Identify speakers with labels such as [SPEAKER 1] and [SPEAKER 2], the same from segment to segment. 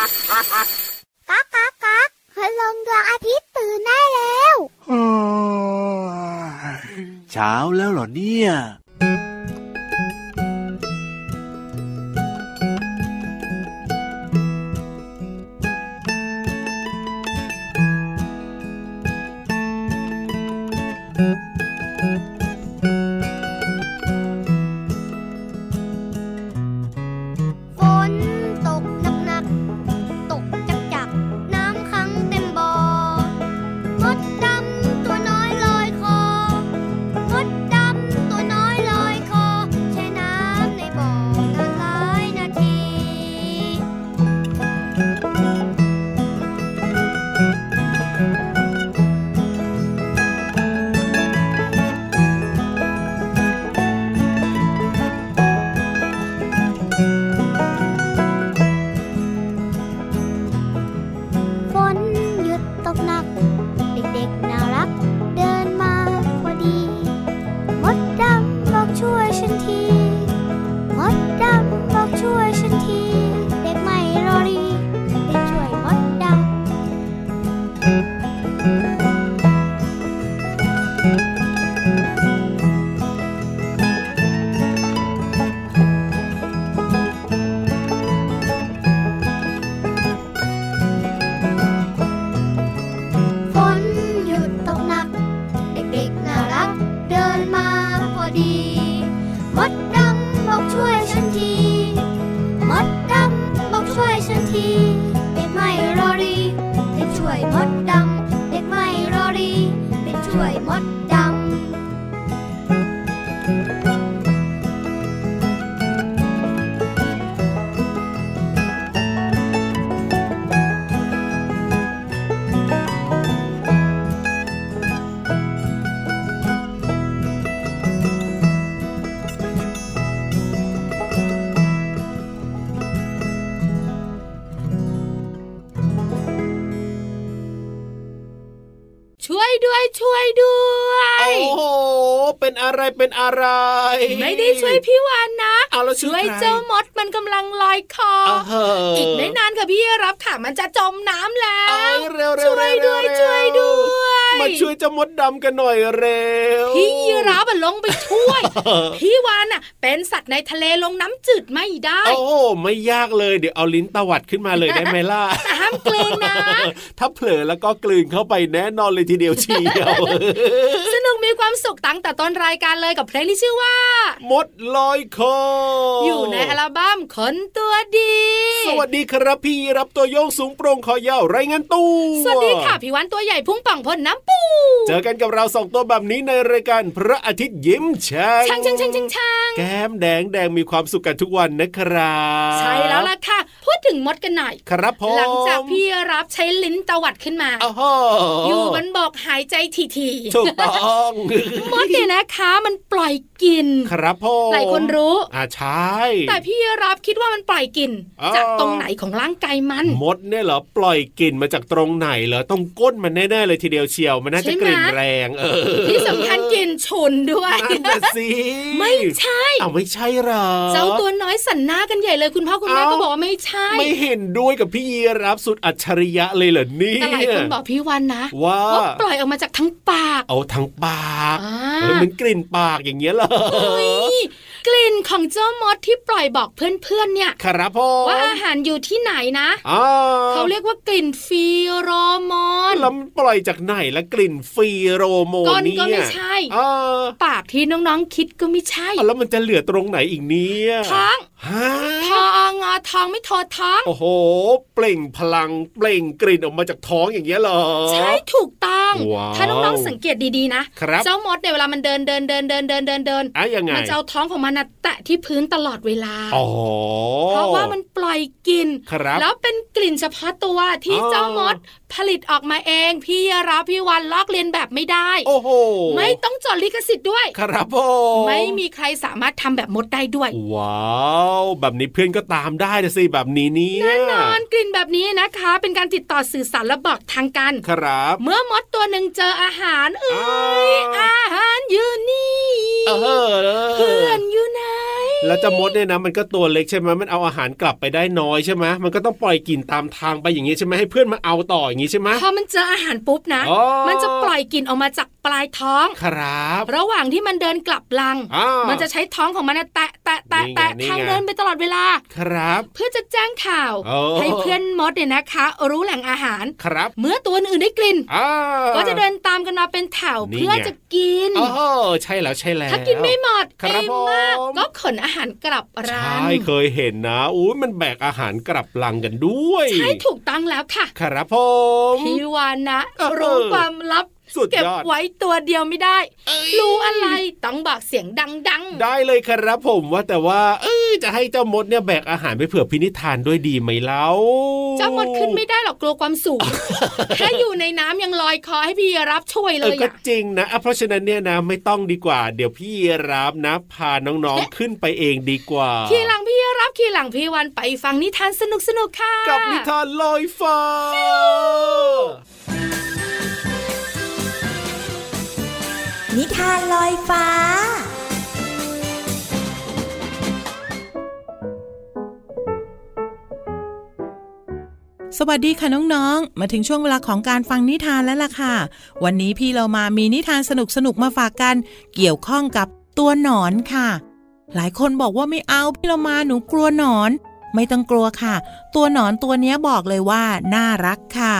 [SPEAKER 1] ก๊ากก๊ากก๊ากพลงดวงอาทิตย์ตื่นได้แล้ว
[SPEAKER 2] เช้าแล้วเหรอเนี่ย
[SPEAKER 1] ฝนตกหนักหนักๆตกจักจักๆน้ำขังเต็มบ่อมดดำตัวน้อยลอยคอมดดำตัวน้อยลอยคอแช่น้ำในบ่อนานหลายนาที ฝนหยุดตกหนัก เด็กๆน่ารัก เดินมาพอดีมดดำบอกช่วยฉันทีมดดำบอกช่วยฉันที เด็กไม่รอรีไปช่วยมดดำ ฝนหยุดตกหนัก เด็กๆน่ารัก เดินมาพอดี มดดำบอกช่วยฉันที มดดำบอกช่วยฉันทีเด็กไม่รอรีเป็นช่วยมดดำเด็กไม่รอรีเป็นช่วยมดดำ
[SPEAKER 3] ช่วยด้วยช่วยด้วย
[SPEAKER 4] โอ้โห เป็นอะไรเป็นอะไร
[SPEAKER 3] ไม่ได้ช่วยพี่วานนะ
[SPEAKER 4] เอาแล้ว
[SPEAKER 3] ช่วยเจ้ามดมันกำลังลอยคอ
[SPEAKER 4] เอา
[SPEAKER 3] อ
[SPEAKER 4] เหอะ
[SPEAKER 3] อีกไม่นานค่ะพี่รับค่ะมันจะจมน้ำแล้
[SPEAKER 4] เอา
[SPEAKER 3] ว
[SPEAKER 4] เร็วๆๆๆ
[SPEAKER 3] ช่วยด้วยช่วยด้วย
[SPEAKER 4] มาช่วยเจ้ามดดำกันหน่อยเร็ว
[SPEAKER 3] พี่ยีรับอะลงไปช่ วย พี่วานน่ะ เป็นสัตว์ในทะเลลงน้ำจืดไม่ได้
[SPEAKER 4] โอ้โหไม่ยากเลยเดี๋ยวเอาลิ้นตวัดขึ้นมาเลยได้ไหม ล่ะ
[SPEAKER 3] แต่ห้ามเกรงนะ
[SPEAKER 4] ถ้าเผลอแล้วก็กลืนเข้าไปแน่นอนเลยทีเดียวเชียว
[SPEAKER 3] สนุกมีความสุขตั้งแต่ต้นรายการเลยกับเพลงที่ชื่อว่า
[SPEAKER 4] มดลอยคอ
[SPEAKER 3] อ
[SPEAKER 4] อยู่
[SPEAKER 3] ในอัลบั้มคนตัวดี
[SPEAKER 4] สวัสดีครับพี่รับตัวโยงสูงโปร่งคอยาวไรเงินตู้
[SPEAKER 3] สวัสดีค่ะพี่วันตัวใหญ่พุ่งป่องพ่นน้ำปู
[SPEAKER 4] เจอกันกับเราสองตัวแบบนี้ในรายการพระอาทิตย์ยิ้มแฉ่
[SPEAKER 3] ช่างช่างช่างช่างช่าง
[SPEAKER 4] แก้มแดงแดงมีความสุขกันทุกวันนะครับ
[SPEAKER 3] ใช่แล้วล่ะค่ะ พูดถึงมดกันหน่อย
[SPEAKER 4] ครับผม
[SPEAKER 3] หลังจากพี่รับใช้ลิ้นตวัดขึ้นมา
[SPEAKER 4] อ้าวโห
[SPEAKER 3] อยู่มันบอกหายใจถี่
[SPEAKER 4] ถูกต้อง
[SPEAKER 3] ๆมดเนี่ยนะคะมันปล่อยกลิน
[SPEAKER 4] ครับผม
[SPEAKER 3] หลายคนรู้
[SPEAKER 4] อ่าใช่
[SPEAKER 3] แต่พี่รับคิดว่ามันปล่อยกลิน จากตรงไหนของร่างกายมัน
[SPEAKER 4] มดเนี่ยเหรอปล่อยกลิ่นมาจากตรงไหนเหรอต้องก้นมันแน่ๆเลยทีเดียวเชียวมันน่าจะ
[SPEAKER 3] ใช่ไหม
[SPEAKER 4] กลิ่นแรงเออ
[SPEAKER 3] ที่สำคัญกลินฉุนด้วย
[SPEAKER 4] นั่นน่ะสิ
[SPEAKER 3] ไม่ใช่
[SPEAKER 4] เอาไม่ใช่เหรอ
[SPEAKER 3] เจ้าตัวน้อยสันหน้ากันใหญ่เลยคุณพ่อคุณแม่
[SPEAKER 4] เอ้า
[SPEAKER 3] ก็บอกว่าไม่ใช่
[SPEAKER 4] ไม่เห็นด้วยกับพี่ยีรับสุดอัจฉริยะเลยเหรอเนี่ย
[SPEAKER 3] แต่หลายคนบอกพี่วันนะ
[SPEAKER 4] ว่า
[SPEAKER 3] ว่าปล่อยออกมาจากทั้งปาก
[SPEAKER 4] เอาทั้งปาก
[SPEAKER 3] อ่า
[SPEAKER 4] เออมันกลิ่นปากอย่างเงี้ยเหรอ
[SPEAKER 3] นี่กลิ่นของเจ้ามดที่ปล่อยบอกเพื่อนๆเนี่ย
[SPEAKER 4] ครับพ่อ
[SPEAKER 3] ว่าอาหารอยู่ที่ไหนนะ
[SPEAKER 4] อ้าว
[SPEAKER 3] เขาเรียกว่ากลิ่นฟีโรโมน
[SPEAKER 4] แล้วมันปล่อยจากไหนละกลิ่นฟีโรโมน
[SPEAKER 3] ก้อน
[SPEAKER 4] เนี่ย
[SPEAKER 3] ก็ไม่ใช่
[SPEAKER 4] อ้าว
[SPEAKER 3] ปากที่น้องๆคิดก็ไม่ใช่
[SPEAKER 4] อ้าวแล้วมันจะเหลือตรงไหนอีกเนี่ย
[SPEAKER 3] ท้อง
[SPEAKER 4] ฮะ
[SPEAKER 3] ทองอทองไม่ทอท้อง
[SPEAKER 4] โอ้โห เปล่งพลังเปล่งกลิ่นออกมาจากท้องอย่างเงี้ยเหรอ
[SPEAKER 3] ใช่ถูกต้อง
[SPEAKER 4] ว้าว
[SPEAKER 3] ถ้าน้องๆสังเกตดีๆนะครับ เจ้ามดเนี่ยเวลามันเดินเดินเดินเดินเดินเดินเดิน
[SPEAKER 4] อ่ะยังไง
[SPEAKER 3] มันจะเอาท้องของมันน่ะแตะที่พื้นตลอดเวลา
[SPEAKER 4] อ๋อ
[SPEAKER 3] เพราะว่ามันปล่อยกลิ่น
[SPEAKER 4] ครับ
[SPEAKER 3] แล้วเป็นกลิ่นเฉพาะตัวที่
[SPEAKER 4] อ๋อ
[SPEAKER 3] เจ้ามดผลิตออกมาเอง พี่รับพี่วันลอกเลียนแบบไม่ได้
[SPEAKER 4] โอ้โห
[SPEAKER 3] ไม่ต้องจดลิขสิทธิ์ด้วย
[SPEAKER 4] ครับพ่อ
[SPEAKER 3] ไม่มีใครสามารถทำแบบมดได้ด้วย
[SPEAKER 4] ว้าวแบบนี้เพื่อนก็ตามได้นะสิแบบนี้เนี่ย
[SPEAKER 3] แน่นอนกลิ่นแบบนี้นะคะ เป็นการติดต่อสื่อสารและบอกทางกัน
[SPEAKER 4] ครับ
[SPEAKER 3] เมื่อมดตัวหนึ่งเจออาหารเอ้ย
[SPEAKER 4] อ้าว
[SPEAKER 3] อาหารอยู่นี่
[SPEAKER 4] เออ
[SPEAKER 3] เพื่อนอยู่ไหน
[SPEAKER 4] แล้วเจ้ามดเนี่ยนะมันก็ตัวเล็กใช่ไหมมันเอาอาหารกลับไปได้น้อยใช่ไหมมันก็ต้องปล่อยกลิ่นตามทางไปอย่างนี้ใช่ไหมให้เพื่อนมาเอาต่ออย่างนี้ใช่ไหม
[SPEAKER 3] พอมันเจออาหารปุ๊บนะ
[SPEAKER 4] อ๋อ
[SPEAKER 3] มันจะปล่อยกลิ่นออกมาจากปลายท้อง
[SPEAKER 4] ครับ
[SPEAKER 3] ระหว่างที่มันเดินกลับลัง
[SPEAKER 4] อ่ามั
[SPEAKER 3] มันจะใช้ท้องของมันน่ะแตะแตะแตะแตะ
[SPEAKER 4] นี่ไงนี่ไง
[SPEAKER 3] ทางเดินไปตลอดเวลา
[SPEAKER 4] ครับ
[SPEAKER 3] เพื่อจะแจ้งข่าว
[SPEAKER 4] โอ้
[SPEAKER 3] ให้เพื่อนมดเนี่ยนะคะ รู้แหล่งอาหาร
[SPEAKER 4] ครับ
[SPEAKER 3] เมื่อตัวอื่นได้กลิ่น
[SPEAKER 4] อ่า
[SPEAKER 3] ก็จะเดินตามกันมาเป็นแถว
[SPEAKER 4] นี่ไง
[SPEAKER 3] เพื่อจะกิน
[SPEAKER 4] โอ้โหใช่แล้วใช่แล้ว
[SPEAKER 3] ถ้ากินไม่หมด
[SPEAKER 4] ครับ
[SPEAKER 3] เต็มมาก
[SPEAKER 4] ผม
[SPEAKER 3] ก็ขนอาหารกลับ
[SPEAKER 4] ใช
[SPEAKER 3] ร้า
[SPEAKER 4] ่
[SPEAKER 3] น
[SPEAKER 4] เคยเห็นนะอุ้ยมันแบกอาหารกลับลังกันด้วย
[SPEAKER 3] ใช่ถูกต้องแล้วค่ะ
[SPEAKER 4] ครับผม
[SPEAKER 3] พี่วานนะ
[SPEAKER 4] เออ
[SPEAKER 3] รู้ความลับ
[SPEAKER 4] สุดยอด
[SPEAKER 3] เก็บไว้ตัวเดียวไม่ได้ รู้อะไรต้องบอกเสียงดัง
[SPEAKER 4] ได้เลยครับผมว่าแต่ว่า เอ้ยจะให้เจ้ามดเนี่ยแบกอาหารไปเผื่อพินิธานด้วยดีไหมเล่า
[SPEAKER 3] ๆ เจ้ามดขึ้นไม่ได้หรอกกลัวความสูง แค่อยู่ในน้ำยังลอยคอให้พี่รับช่วยเล
[SPEAKER 4] เออยก็
[SPEAKER 3] อะ
[SPEAKER 4] จริงนะอ่ะเพราะฉะนั้นเนี่ยนะไม่ต้องดีกว่า เดี๋ยวพี่รับนะ พาน้อง
[SPEAKER 3] เอ๊ะ
[SPEAKER 4] ๆขึ้นไปเองดีกว่า
[SPEAKER 3] ขี่หลังพี่รับขี่หลังพี่วันไปฟังนิทานสนุกๆค่ะ
[SPEAKER 4] กับนิทานลอยฟ้า
[SPEAKER 5] นิทานลอยฟ้า
[SPEAKER 6] สวัสดีค่ะน้องๆ มาถึงช่วงเวลาของการฟังนิทานแล้วล่ะค่ะ วันนี้พี่เรามามีนิทานสนุกๆ มาฝากกัน เกี่ยวข้องกับตัวหนอนค่ะ หลายคนบอกว่าไม่เอาพี่เรามาหนูกลัวหนอน ไม่ต้องกลัวค่ะ ตัวหนอนตัวเนี้ยบอกเลยว่าน่ารักค่ะ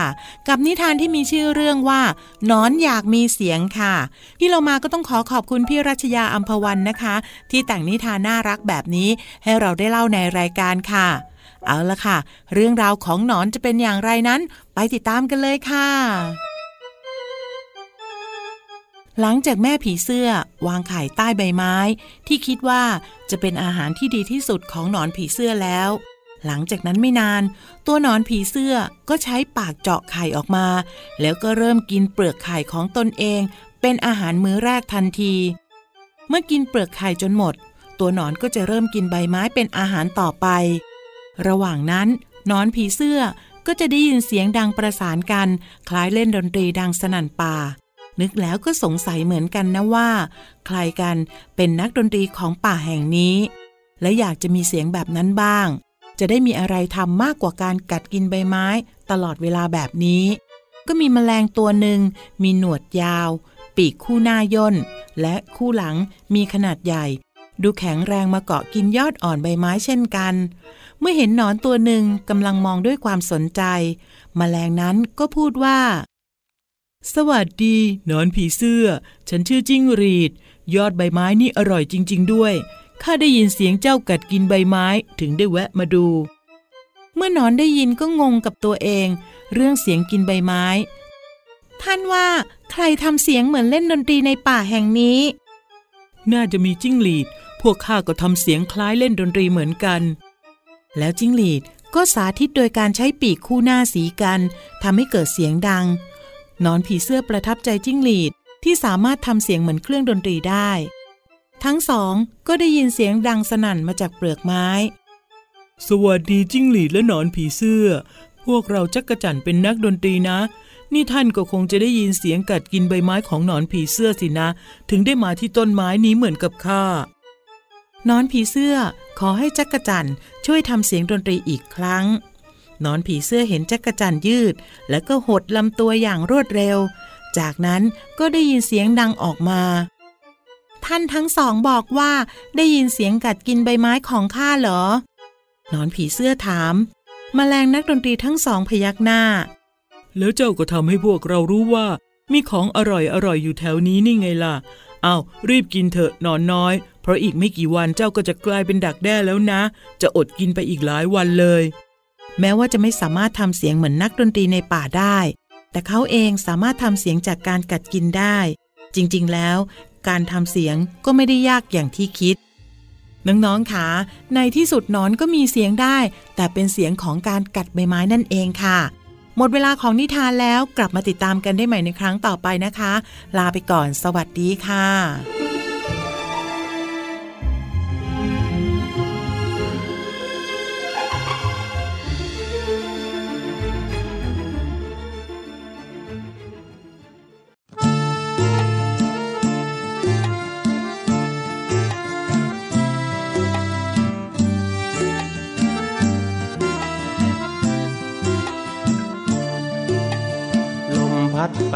[SPEAKER 6] กับนิทานที่มีชื่อเรื่องว่าหนอนอยากมีเสียงค่ะ พี่เรามาก็ต้องขอขอบคุณพี่รัชยาอัมพวันนะคะ ที่แต่งนิทานน่ารักแบบนี้ ให้เราได้เล่าในรายการค่ะ เอาละค่ะ เรื่องราวของหนอนจะเป็นอย่างไรนั้น ไปติดตามกันเลยค่ะ หลังจากแม่ผีเสื้อ วางไข่ใต้ใบไม้ ที่คิดว่าจะเป็นอาหารที่ดีที่สุดของหนอนผีเสื้อแล้ว หลังจากนั้นไม่นาน ตัวหนอนผีเสื้อก็ใช้ปากเจาะไข่ออกมา แล้วก็เริ่มกินเปลือกไข่ของตนเอง เป็นอาหารมื้อแรกทันที เมื่อกินเปลือกไข่จนหมด ตัวหนอนก็จะเริ่มกินใบไม้เป็นอาหารต่อไป ระหว่างนั้นหนอนผีเสื้อก็จะได้ยินเสียงดังประสานกัน คล้ายเล่นดนตรีดังสนั่นป่า นึกแล้วก็สงสัยเหมือนกันนะว่า ใครกันเป็นนักดนตรีของป่าแห่งนี้ และอยากจะมีเสียงแบบนั้นบ้าง จะได้มีอะไรทำมากกว่าการกัดกินใบไม้ ตลอดเวลาแบบนี้ ก็มีแมลงตัวหนึ่งมีหนวดยาว ปีกคู่หน้าย่น และคู่หลังมีขนาดใหญ่ ดูแข็งแรงมาเกาะกินยอดอ่อนใบไม้เช่นกัน เมื่อเห็นหนอนตัวหนึ่งกำลังมองด้วยความสนใจ แมลงนั้นก็พูดว่า สวัสดีหนอนผีเสื้อ ฉันชื่อจิ้งหรีด ยอดใบไม้นี่อร่อยจริง ๆ ด้วย ข้าได้ยินเสียงเจ้ากัดกินใบไม้ถึงได้แวะมาดู เมื่อหนอนได้ยินก็งงกับตัวเอง เรื่องเสียงกินใบไม้ ท่านว่าใครทำเสียงเหมือนเล่นดนตรีในป่าแห่งนี้ น่าจะมีจิ้งหรีด พวกข้าก็ทำเสียงคล้ายเล่นดนตรีเหมือนกัน แล้วจิ้งหรีดก็สาธิตโดยการใช้ปีกคู่หน้าสีกันทำให้เกิดเสียงดังหนอนผีเสื้อประทับใจจิ้งหรีดที่สามารถทำเสียงเหมือนเครื่องดนตรีได้ ทั้งสองก็ได้ยินเสียงดังสนั่นมาจากเปลือกไม้ สวัสดีจิ้งหรีดและหนอนผีเสื้อ พวกเราจักรจันเป็นนักดนตรีนะ นี่ท่านก็คงจะได้ยินเสียงกัดกินใบไม้ของหนอนผีเสื้อสินะ ถึงได้มาที่ต้นไม้นี้เหมือนกับข้า นอนผีเสื้อขอให้จักรจันทร์ช่วยทำเสียงดนตรีอีกครั้ง นอนผีเสื้อเห็นจักรจันทร์ยืด แล้วก็หดลำตัวอย่างรวดเร็ว จากนั้นก็ได้ยินเสียงดังออกมา ท่านทั้งสองบอกว่าได้ยินเสียงกัดกินใบไม้ของข้าเหรอ นอนผีเสื้อถาม แมลงนักดนตรีทั้งสองพยักหน้า แล้วเจ้าก็ทำให้พวกเรารู้ว่า มีของอร่อยอร่อยอยู่แถวนี้นี่ไงล่ะ เอาวรีบกินเถอะหนอนน้อย เพราะอีกไม่กี่วันเจ้าก็จะกลายเป็นดักแด้แล้วนะ จะอดกินไปอีกหลายวันเลย แม้ว่าจะไม่สามารถทำเสียงเหมือนนักดนตรีในป่าได้ แต่เขาเองสามารถทำเสียงจากการกัดกินได้ จริงๆแล้ว การทำเสียงก็ไม่ได้ยากอย่างที่คิด น้องๆคะในที่สุดหนอนก็มีเสียงได้ แต่เป็นเสียงของการกัดใบไม้นั่นเองค่ะ หมดเวลาของนิทานแล้วกลับมาติดตามกันได้ใหม่ในครั้งต่อไปนะคะ ลาไปก่อน สวัสดีค่ะ
[SPEAKER 1] เ
[SPEAKER 7] พัดไป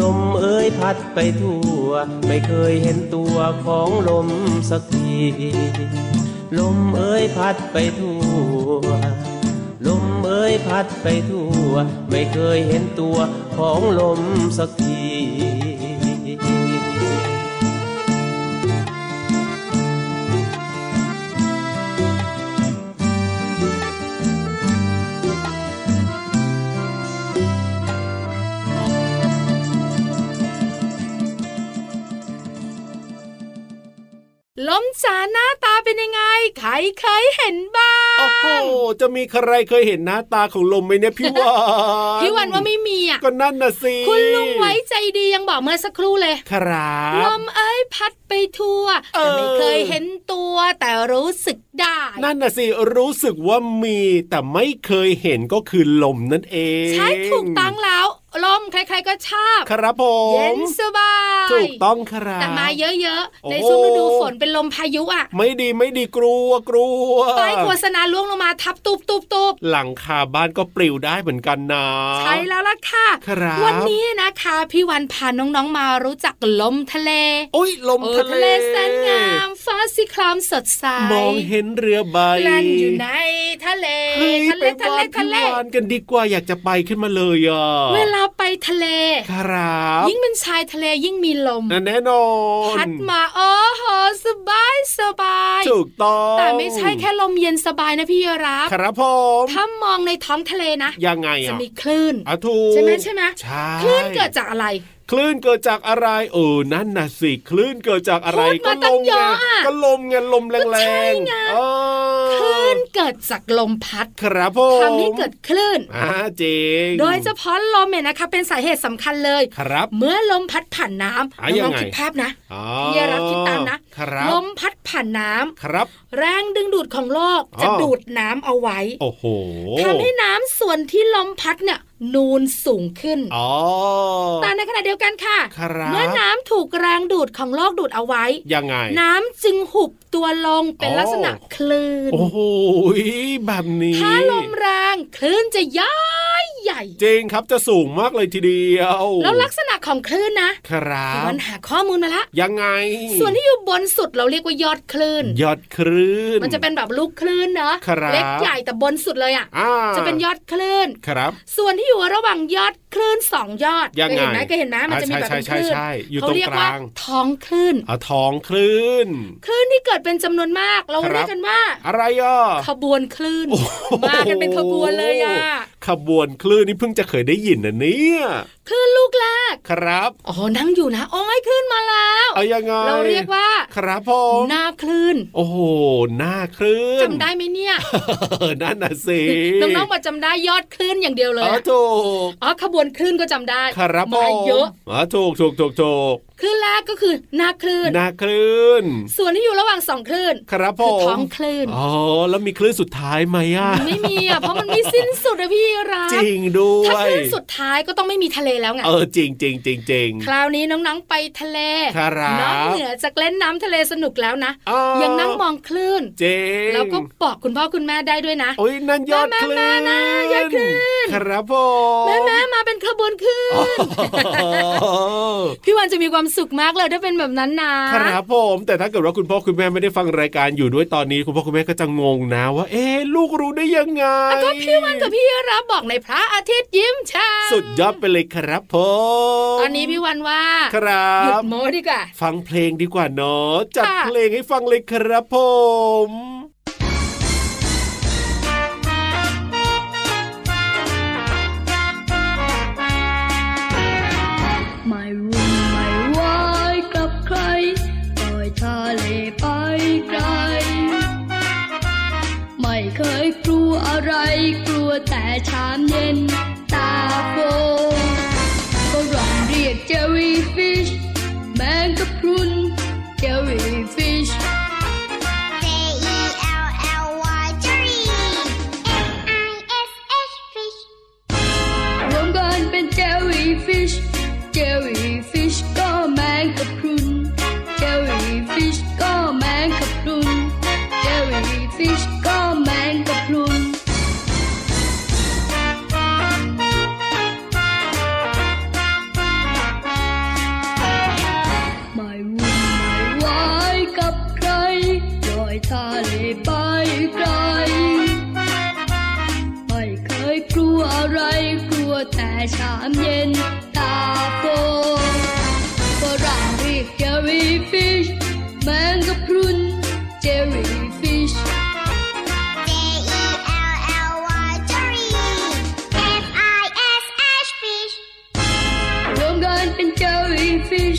[SPEAKER 7] ลมเอ้ยพัดไปทั่ว ไม่เคยเห็นตัวของลมสักที ลมเอ้ยพัดไปทั่ว ลมเอ้ยพัดไปทั่ว ไม่เคยเห็นตัวของลมสักที
[SPEAKER 3] ลมจ๋าหน้าตาเป็นยังไง ใครเคยเห็นบ้าง
[SPEAKER 4] โอ้โหจะมีใครเคยเห็นหน้าตาของลมไหมเนี่ยพี่วาน
[SPEAKER 3] พี่วันว่าไม่มีอ่ะ
[SPEAKER 4] ก็นั่นน่ะสิ
[SPEAKER 3] คุณลุงไว้ใจดียังบอกเมื่อสักครู่เลย
[SPEAKER 4] ครั
[SPEAKER 3] ล
[SPEAKER 4] บ
[SPEAKER 3] มเอ้ยพัดไปทั่ว
[SPEAKER 4] เออ
[SPEAKER 3] แต่ไม่เคยเห็นตัวแต่รู้สึกได้
[SPEAKER 4] นั่นน่ะสิรู้สึกว่ามีแต่ไม่เคยเห็นก็คือลมนั่นเอง
[SPEAKER 3] ใช่ถูกต้องแล้ว ลมใครๆก็ชอบ
[SPEAKER 4] ครับผ
[SPEAKER 3] เย็
[SPEAKER 4] ม
[SPEAKER 3] นสบาย
[SPEAKER 4] ถูกต้องครับ
[SPEAKER 3] แต่มาเยอะๆ
[SPEAKER 4] โอ้
[SPEAKER 3] ในช่วงฤดูฝนเป็นลมพายุอ่ะ
[SPEAKER 4] ไม่ดีไม่ดีกลัวกลัว
[SPEAKER 3] ป้ายโฆษณาล่วงลงมาทับตูบตูบตูบ
[SPEAKER 4] หลังคาบ้านก็ปลิวได้เหมือนกันนะ
[SPEAKER 3] ใช่แล้วล่ะค่ะ
[SPEAKER 4] ครับ
[SPEAKER 3] วันนี้นะคะ พี่วันพาน้องๆมารู้จักลมทะเล
[SPEAKER 4] โอ้ยลม
[SPEAKER 3] โอ้
[SPEAKER 4] ทะ
[SPEAKER 3] ทะเลแสนงามฟ้าสีครามสดใส
[SPEAKER 4] มองเห็นเรือใบ
[SPEAKER 3] แล่นอยู่ในทะเล
[SPEAKER 4] เฮ้ย
[SPEAKER 3] ทะเลทะเล
[SPEAKER 4] ไปวาด
[SPEAKER 3] ทะเล
[SPEAKER 4] วานกันดีกว่าอยากจะไปขึ้นมาเลยอ่ะ
[SPEAKER 3] เวลาไปทะเล
[SPEAKER 4] ครับ
[SPEAKER 3] ยิ่งเป็นชายทะเลยิ่งมีลม
[SPEAKER 4] นั่นแน่นอน
[SPEAKER 3] พัดมาโอ้โหสบายสบาย
[SPEAKER 4] ถูกต้อง
[SPEAKER 3] แต่ไม่ใช่แค่ลมเย็นสบายนะพี่รับ
[SPEAKER 4] ครับผม
[SPEAKER 3] ถ้ามองในท้องทะเลนะ
[SPEAKER 4] ยังไง
[SPEAKER 3] จะ
[SPEAKER 4] อ่ะ
[SPEAKER 3] มีคลื่น
[SPEAKER 4] อ่ะถูก
[SPEAKER 3] ใช่ไหมใช่ไหม
[SPEAKER 4] ใช่
[SPEAKER 3] คลื่นเกิดจากอะไร
[SPEAKER 4] คลื่นเกิดจากอะไรเออนั่นน่ะสิคลื่นเกิดจากอะไร
[SPEAKER 3] พูด
[SPEAKER 4] ก็
[SPEAKER 3] มา
[SPEAKER 4] ล
[SPEAKER 3] ตั้ง
[SPEAKER 4] ม
[SPEAKER 3] เย
[SPEAKER 4] ไง
[SPEAKER 3] อะอ่ะ
[SPEAKER 4] ก็ลมไงลมแร
[SPEAKER 3] ก็ใช่
[SPEAKER 4] ง
[SPEAKER 3] ไง
[SPEAKER 4] ๆเออ
[SPEAKER 3] คลื่นเกิดจากลมพัด
[SPEAKER 4] ครับผม
[SPEAKER 3] ทำให้เกิดคลื่น
[SPEAKER 4] อ่าจริง
[SPEAKER 3] โดยเฉพาะลมเนี่ยนะคะ เป็นสาเหตุสำคัญเลย
[SPEAKER 4] ครับ
[SPEAKER 3] เมื่อลมพัดผ่านน้
[SPEAKER 4] อ่ะ
[SPEAKER 3] ำ
[SPEAKER 4] ยั
[SPEAKER 3] น้อง ง
[SPEAKER 4] ไง
[SPEAKER 3] ๆคิดภาพนะ
[SPEAKER 4] อ๋อ
[SPEAKER 3] พี่รับคิดตามนะครับ ลมพัดผ่านน้ำ
[SPEAKER 4] ครับ
[SPEAKER 3] แรงดึงดูดของโลก
[SPEAKER 4] อ๋อ
[SPEAKER 3] จะดูดน้ำเอาไว้
[SPEAKER 4] โอ้โห
[SPEAKER 3] ทำให้น้ำส่วนที่ลมพัดเนี่ยนูนสูงขึ้น
[SPEAKER 4] อ๋อ
[SPEAKER 3] แต่ในขณะเดียวกันค่ะ
[SPEAKER 4] ครับ
[SPEAKER 3] เมื่อน้ำถูกแรงดูดของโลกดูดเอาไว้
[SPEAKER 4] ยังไง
[SPEAKER 3] น้ำจึงหุบตัวลงเป็น
[SPEAKER 4] อ๋อ
[SPEAKER 3] ลักษณะคลื่น
[SPEAKER 4] โอ้โหแบบนี้
[SPEAKER 3] ถ้าลมแรงคลื่นจะย้ายใหญ่
[SPEAKER 4] จริงครับจะสูงมากเลยทีเดียว
[SPEAKER 3] แล้วลักษณะของคลื่นนะ
[SPEAKER 4] ครั
[SPEAKER 3] พี่
[SPEAKER 4] บ
[SPEAKER 3] วันหาข้อมูลมาละ
[SPEAKER 4] ยังไง
[SPEAKER 3] ส่วนที่อยู่บนสุดเราเรียกว่ายอดคลื่น
[SPEAKER 4] ยอดคลื่น
[SPEAKER 3] มันจะเป็นแบบลูกคลื่นเนอะ
[SPEAKER 4] ครับ
[SPEAKER 3] เล็กใหญ่แต่บนสุดเลยอ่ะ
[SPEAKER 4] อ่า
[SPEAKER 3] จะเป็นยอดคลื่น
[SPEAKER 4] ครับ
[SPEAKER 3] ส่วนที่อยู่ระหว่างยอดคลื่นสองยอด
[SPEAKER 4] ยังไง
[SPEAKER 3] เคเห็นไหมเคยเห็นไหมมันจะมี
[SPEAKER 4] อ่า
[SPEAKER 3] แบบ
[SPEAKER 4] ใช่
[SPEAKER 3] เป็นค
[SPEAKER 4] ใช่
[SPEAKER 3] ลื่น
[SPEAKER 4] ใช่อยู่
[SPEAKER 3] เขา
[SPEAKER 4] ตรง
[SPEAKER 3] เรียกว่าก
[SPEAKER 4] ลาง
[SPEAKER 3] ท้องคลื่น
[SPEAKER 4] เอาทองคลื่น
[SPEAKER 3] คลื่นที่เกิดเป็นจำนวนมาก เรา
[SPEAKER 4] ครับ
[SPEAKER 3] เรียกกันว่า
[SPEAKER 4] อะไรอ่ะ
[SPEAKER 3] ขบวนคลื่น มากันเป็นขบวนเลยอ่ะ
[SPEAKER 4] ขบวนคลื่นนี่เพิ่งจะเคยได้ยินนะเนี่ย
[SPEAKER 3] คลื่นลูกแรก
[SPEAKER 4] ครับ
[SPEAKER 3] อ๋อนั่งอยู่นะโอ้ยคลื่นมาแล้ว
[SPEAKER 4] เอายังไง
[SPEAKER 3] เราเรียกว่า
[SPEAKER 4] ครับผม
[SPEAKER 3] หน้าคลื่น
[SPEAKER 4] โอ้โหหน้าคลื่น
[SPEAKER 3] จำได้ไหมเนี่ย
[SPEAKER 4] เออนั่นน่ะสิ
[SPEAKER 3] น้องๆมาจำได้ยอดคลื่นอย่างเดียวเล
[SPEAKER 4] อ๋
[SPEAKER 3] ย
[SPEAKER 4] อ
[SPEAKER 3] อะ
[SPEAKER 4] ถูก
[SPEAKER 3] อ๋อขบวนคลื่นก็จำได้
[SPEAKER 4] ครับผม
[SPEAKER 3] มาเยอะ
[SPEAKER 4] อ๋อถูกถูกถูกถูก
[SPEAKER 3] คลื่นแรกก็คือหน้าคลื่น
[SPEAKER 4] หน้าคลื่น
[SPEAKER 3] ส่วนที่อยู่ระหว่างสองคลื่น
[SPEAKER 4] ครับผ
[SPEAKER 3] คือ
[SPEAKER 4] ม
[SPEAKER 3] ท้องคลื่น
[SPEAKER 4] อ๋อแล้วมีคลื่นสุดท้ายไหมอ่ะ
[SPEAKER 3] ไม่มีอ่ะเพราะมันไม่สิ้นสุดอะพี่รัก
[SPEAKER 4] จริงด้ว
[SPEAKER 3] ถ้าย คลื่นสุดท้ายก็ต้องไม่มีทะเลแล้วไง
[SPEAKER 4] เออจริงจริงจริงจริง
[SPEAKER 3] คราวนี้น้องๆไปทะเล
[SPEAKER 4] ครับ
[SPEAKER 3] น้องเหนือจากเล่นน้ำทะเลสนุกแล้วนะ
[SPEAKER 4] อ๋อ
[SPEAKER 3] ยังนั่งมองคลื่น
[SPEAKER 4] จริง
[SPEAKER 3] แล้วก็บอกคุณพ่อคุณแม่ได้ด้วยนะ
[SPEAKER 4] โอ้ยนั่นยอดคลื่น
[SPEAKER 3] แม่แม่นะยอดคลื่น
[SPEAKER 4] ครับผม
[SPEAKER 3] แม่แม่มาเป็นขบวนคลื่น
[SPEAKER 4] โอ้โห อ
[SPEAKER 3] พี่วานจะมีความสุขมากเลยถ้าเป็นแบบนั้นนะครับ
[SPEAKER 4] ผมแต่ถ้าเกิดว่าคุณพ่อคุณแม่ไม่ได้ฟังรายการอยู่ด้วยตอนนี้คุณพ่อคุณแม่ก็จะงงนะว่า เอ๊ะลูกรู้ได้ยังไง
[SPEAKER 3] ก็พี่วานกับพี่รับบอกในพระอาทิตย์ยิ้มช่าง
[SPEAKER 4] สุดยอดไปเลยครับผม
[SPEAKER 3] ตอนนี้พี่วานว่า
[SPEAKER 4] ครั
[SPEAKER 3] หยุ
[SPEAKER 4] บ
[SPEAKER 3] ดโม้ดีกว่า
[SPEAKER 4] ฟังเพลงดีกว่าเนาะจัด
[SPEAKER 3] ค่ะ
[SPEAKER 4] เพลงให้ฟังเลยครับผม
[SPEAKER 8] ไม่วุ่นไม่วายกับใครปล่อยทะเลไปไกล ไม่เคยกลัวอะไรกลัวแต่ชามเย็นตาโฟก็ร้องเรียกเจอรี่ฟิช แมงกะพรุนเจอรี่ฟิช
[SPEAKER 1] J E L L Y Jelly F I S H Fish
[SPEAKER 8] รวมกันเป็นเจอรี่ฟิช เจอรี่ฟิชก็แมงกะพรุน เจอรี่ฟิชก็แมงกะพรุน เจอรี่ฟิชก็แมงกะพรุน ไม่วุ่นไม่วายกับใครลอยทะเลไปไกล ไม่เคยกลัวอะไรกลัวแต่ชามเย็นตาโฟฝรั่งเรียกเจอรี่ฟิชแมงกะพรุนเจอรี่ฟิช
[SPEAKER 1] J E L L Y Jelly F I S H Fish
[SPEAKER 8] รวมกันเป็นเจอรี่ฟิช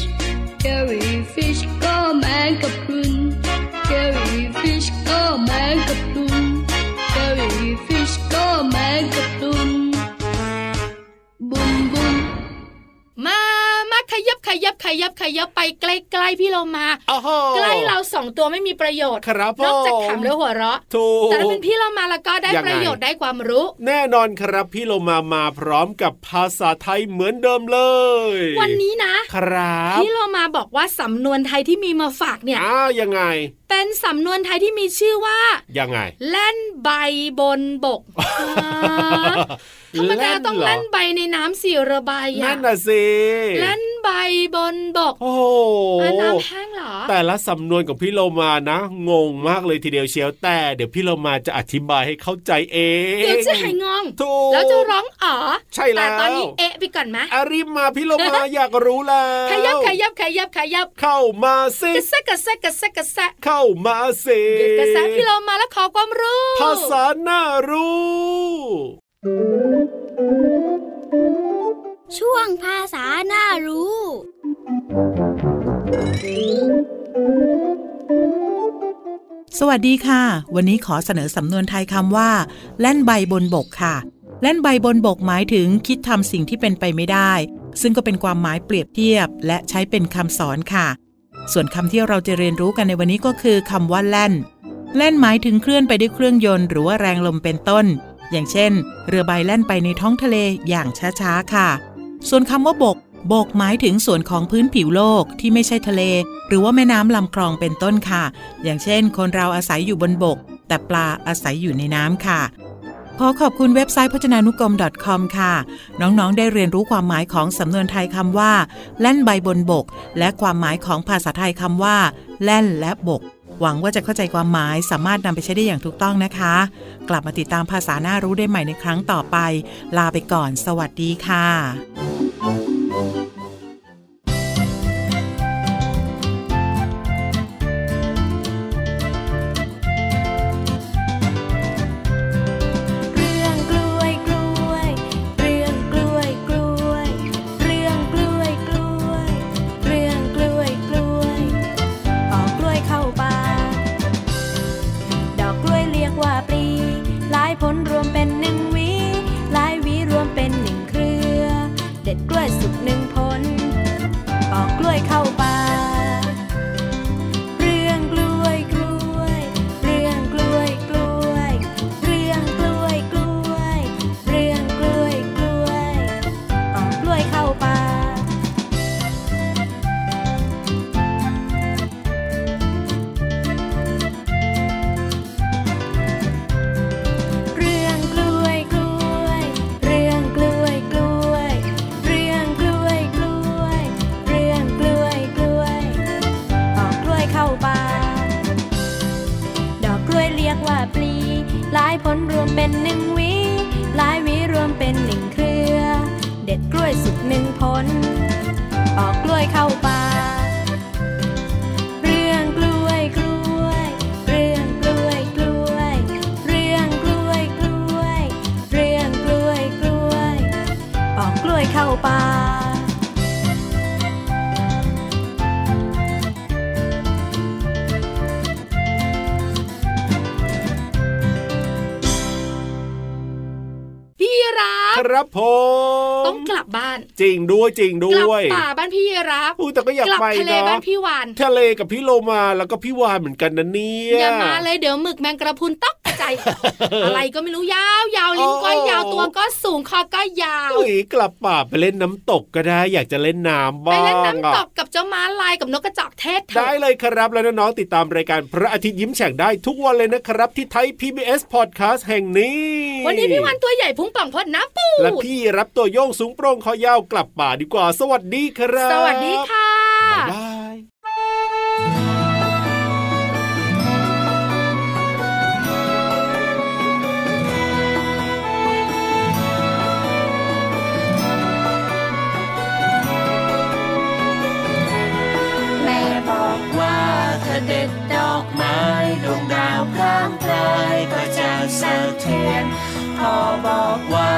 [SPEAKER 8] เจอรี่ฟิชก็แมงกะพรุน เจอรี่ฟิชก็แมงกะพรุน เจอรี่ฟิชก็แมงกะพรุน บุมบุม
[SPEAKER 3] มามาขยับขยับขยับขยับไปใกล้ๆพี่เรามา
[SPEAKER 4] อ้าวโห
[SPEAKER 3] ใกล้เราสองตัวไม่มีประโยชน์
[SPEAKER 4] ครับผม
[SPEAKER 3] นอกจากขำแล้วหัวเราะ
[SPEAKER 4] ถูก
[SPEAKER 3] แต่ถ้าเป็นพี่เรามาแล้วก็ได้
[SPEAKER 4] ยังไง
[SPEAKER 3] ประโยชน์ได้ความรู้
[SPEAKER 4] แน่นอนครับพี่โลมามาพร้อมกับภาษาไทยเหมือนเดิมเลย
[SPEAKER 3] วันนี้นะครับพี่เรามาบอกว่าสำนวนไทยที่มีมาฝากเนี่ย
[SPEAKER 4] อ้าวยังไง
[SPEAKER 3] เป็นสำนวนไทยที่มีชื่อว่า
[SPEAKER 4] ยังไง
[SPEAKER 3] แล่นใบบนบ กธรรมดาต้อง
[SPEAKER 4] เหร
[SPEAKER 3] แล่นใบในน้ำสี่ระใบอะ
[SPEAKER 4] นั่นน่ะสิ
[SPEAKER 3] แล่นใบบนบก
[SPEAKER 4] โอ้โห
[SPEAKER 3] อ่ะน้ำแห้งเหรอ
[SPEAKER 4] แต่ละสำนวนของพี่โลมานะ งงมากเลยทีเดียวเชียวแต่เดี๋ยวพี่โลมาจะอธิบายให้เข้าใจเอง
[SPEAKER 3] เดี๋ยวจะหายงง
[SPEAKER 4] ถูก
[SPEAKER 3] แล้วจะร้องอ๋อ
[SPEAKER 4] ใช่แล้ว
[SPEAKER 3] ตอนนี้เอะไปก่อนมะ
[SPEAKER 4] อารีบมาพี่โลมา อยากรู้แล้ว
[SPEAKER 3] ขยับขยับขยับขยับ
[SPEAKER 4] เข้ามาสิ
[SPEAKER 3] กระแซะกระแซะกระแซะกระแซะ
[SPEAKER 4] เข้ามาสิ
[SPEAKER 3] หยุดกระแซะพี่เรามาแล้วขอความรู้
[SPEAKER 4] ภาษาน่ารู้
[SPEAKER 1] ช่วงภาษาน่ารู้
[SPEAKER 6] สวัสดีค่ะ วันนี้ขอเสนอสำนวนไทยคำว่า แล่นใบบนบกค่ะ แล่นใบบนบกหมายถึงคิดทำสิ่งที่เป็นไปไม่ได้ ซึ่งก็เป็นความหมายเปรียบเทียบ และใช้เป็นคำสอนค่ะ ส่วนคำที่เราจะเรียนรู้กันในวันนี้ก็คือคำว่าแล่น แล่นหมายถึงเคลื่อนไปด้วยเครื่องยนต์หรือว่าแรงลมเป็นต้น อย่างเช่น เรือใบแล่นไปในท้องทะเลอย่างช้าๆค่ะ ส่วนคำว่าบก บกหมายถึงส่วนของพื้นผิวโลกที่ไม่ใช่ทะเล หรือว่าแม่น้ำลำคลองเป็นต้นค่ะ อย่างเช่น คนเราอาศัยอยู่บนบก แต่ปลาอาศัยอยู่ในน้ำค่ะ ขอขอบคุณเว็บไซต์พจนานุกรม .com ค่ะ น้องๆ ได้เรียนรู้ความหมายของสำนวนไทยคำว่า แล่นใบบนบก และความหมายของภาษาไทยคำว่า แล่นและบก หวังว่าจะเข้าใจความหมายสามารถนำไปใช้ได้อย่างถูกต้องนะคะ กลับมาติดตามภาษาหน้ารู้ได้ใหม่ในครั้งต่อไป ลาไปก่อน สวัสดีค่ะ
[SPEAKER 5] เรื่องกล้วยกล้วย เรื่องกล้วยกล้วย เรื่องกล้วยกล้วย เรื่องกล้วยกล้วยปอกกล้วยเข้าป่า ดอกกล้วยเรียกว่าปลี หลายผลรวมเป็นหนึ่งหวี หลายหวีรวมเป็นหนึ่งเครือ เด็ดกล้วยสุกหนึ่งผลปอกกล้วยเข้าป่า เรื่องกล้วยกล้วย เรื่องกล้วยกล้วย เรื่องกล้วยกล้วย เรื่องกล้วยกล้วยปอกกล้วยเข้าป่า เรื่องกล้วยกล้วย เรื่องกล้วยกล้วย เรื่องกล้วยกล้วย เรื่ ว่าปลี หลายผลรวมเป็นหนึ่งหวีหลายหวีรวมเป็นหนึ่งเครือ เด็ดกล้วยสุกหนึ่งผล ออกกล้วยเข้าป่า เรื่องกล้วยกล้วย เรื่องกล้วยกล้วย เรื่องกล้วยกล้วย เรื่องกล้วยกล้วย ออกกล้วยเข้าป่า
[SPEAKER 3] พี่รั
[SPEAKER 4] ค
[SPEAKER 3] บ
[SPEAKER 4] รับผ
[SPEAKER 3] ต้อ
[SPEAKER 4] ม
[SPEAKER 3] งกลับบ้าน
[SPEAKER 4] จริงด้วยจริง
[SPEAKER 3] กลั
[SPEAKER 4] ด้วย
[SPEAKER 3] ป่าบ้านพี่รับ
[SPEAKER 4] พูดแต่ก็อยาก
[SPEAKER 3] กลั
[SPEAKER 4] ไป
[SPEAKER 3] ทะเล
[SPEAKER 4] เนาะ
[SPEAKER 3] บ้านพี่วาน
[SPEAKER 4] ทะเลกับพี่โลมาแล้วก็พี่วานเหมือนกันนะเนี่ย
[SPEAKER 3] อย่ามาเลยเดี๋ยวหมึกแมงกระพรุนตอกใจ อะไรก็ไม่รู้ยาวยาวลิ้นก็ยาวตัวก็สูงคอก็ยาว
[SPEAKER 4] อุ๊ยกลับป่าไปเล่นน้ำตกก็ได้ อยากจะเล่นน้ำ
[SPEAKER 3] ไป
[SPEAKER 4] บ้าง
[SPEAKER 3] เล่นน้ำต
[SPEAKER 4] อะ
[SPEAKER 3] กกับเจ้าม้าลายกับนกกระจอกเทศเถ
[SPEAKER 4] ได้
[SPEAKER 3] อะ
[SPEAKER 4] เลยครับ แล้วน้องๆติดตามรายการพระอาทิตย์ยิ้มแฉ่งได้ทุกวันเลยนะครับ ที่ไทย PBS Podcast แห่งนี้
[SPEAKER 3] วันนี้พี่วานตัวใหญ่พุงป่องพดน้ำปู
[SPEAKER 4] และพี่รับตัวโยงสูงโปร่งคอยาวกลับป่าดีกว่า สวัสดีครับ
[SPEAKER 3] สวัสดีค่ะ
[SPEAKER 4] บ๊ายบาย
[SPEAKER 7] แม่บอกว่าถ้าเด็ดดอกไม้ดวงดาวข้างกายก็จะสะเทือนพ่อบอกว่า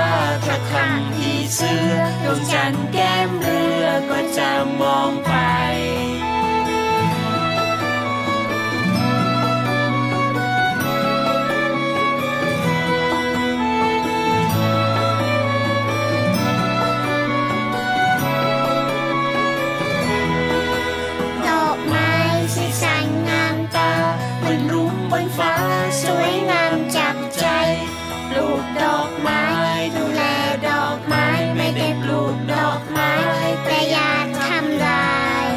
[SPEAKER 7] ถ้าขังผีเสื้อดวงจันทร์แก้มเรือก็จะมองไป
[SPEAKER 1] ดอกไม้สีสันงามตา
[SPEAKER 7] บนรุ้งบนฟ้าสวยงามจับใจ ลูกดอกไม้ดูแลดอกไม้ไม่ได้ปลูกดอกไม้แต่
[SPEAKER 1] แต่อย
[SPEAKER 7] อา
[SPEAKER 1] ย่า
[SPEAKER 7] ทำ
[SPEAKER 1] ทำลาย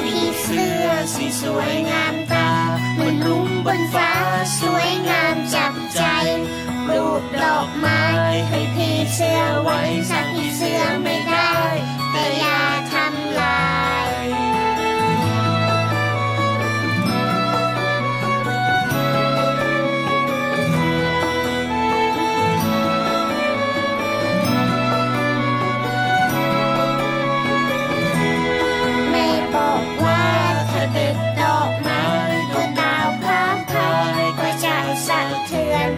[SPEAKER 7] ผีเสื้อสีสวยงามตาเหมือนรุ้งบนฟ้าสวยงามจับใจรูปดอกไม้ให้ผีเสื้อไว้สักผีเสื้อไม่ได้ แต่อย่าทำลาย แม่บอกว่าถ้าเด็ดดอกไม้ดวงดาวข้างคายก็จะสั่นเทือน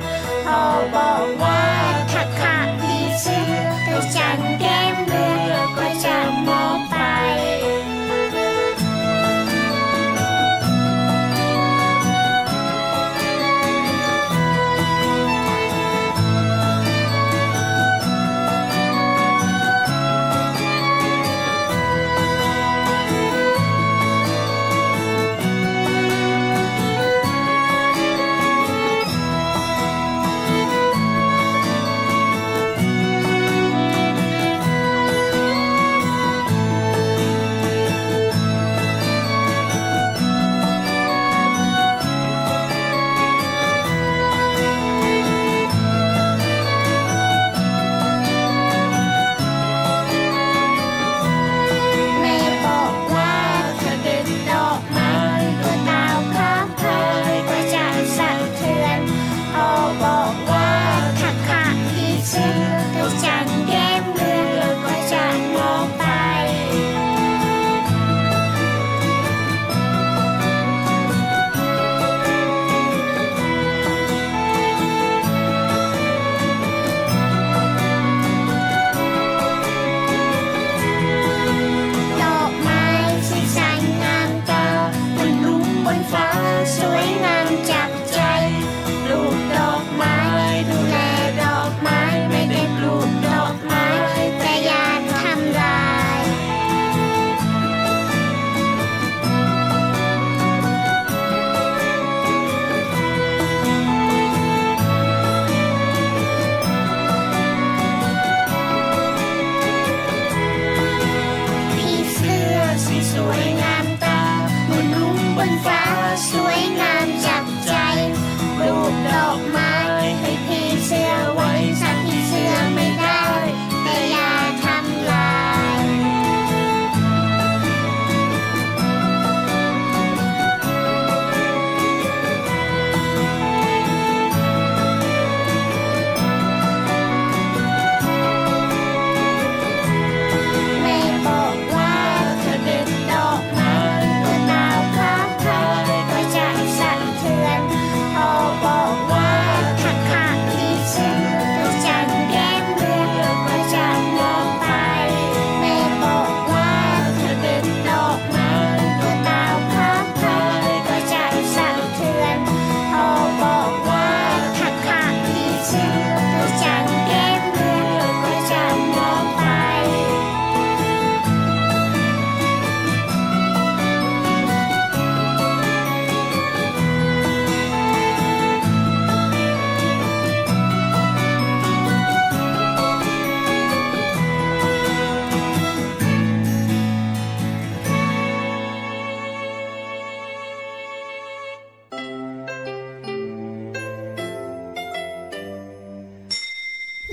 [SPEAKER 7] พ่อบอกว่าถ้าขาดผีเสื้อดวงจันทร์แก้มเรือก็จะมองไป แม่บอกว่าถ้าเด็ดดอกไม้ดวงดาวข้างคายก็จะสั่นเทือนพ่อบอกว่าถ้าขาดผีเสื้อดวงจันทร์แก้มเรือก็จะมองไป
[SPEAKER 1] ดอกไม้สีสันงามตา
[SPEAKER 7] บนรุ้งบนฟ้าสวยงามจับใจ ลูกดอกไม้ดูแลดอกไม้ไม่ได้ปลูกดอกไม้แต่
[SPEAKER 1] แต่
[SPEAKER 7] อ
[SPEAKER 1] อย่า
[SPEAKER 7] ย่า
[SPEAKER 1] ทำลาย
[SPEAKER 7] ผีเสื้อสีสวยงามตาบนรุ้งบนฟ้าสวยงามจับใจ ลูกดอก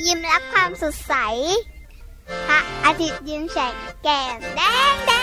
[SPEAKER 1] ยิ้มรับความสดใส พระอาทิตย์ยิ้มแฉกแก้มแดงแดง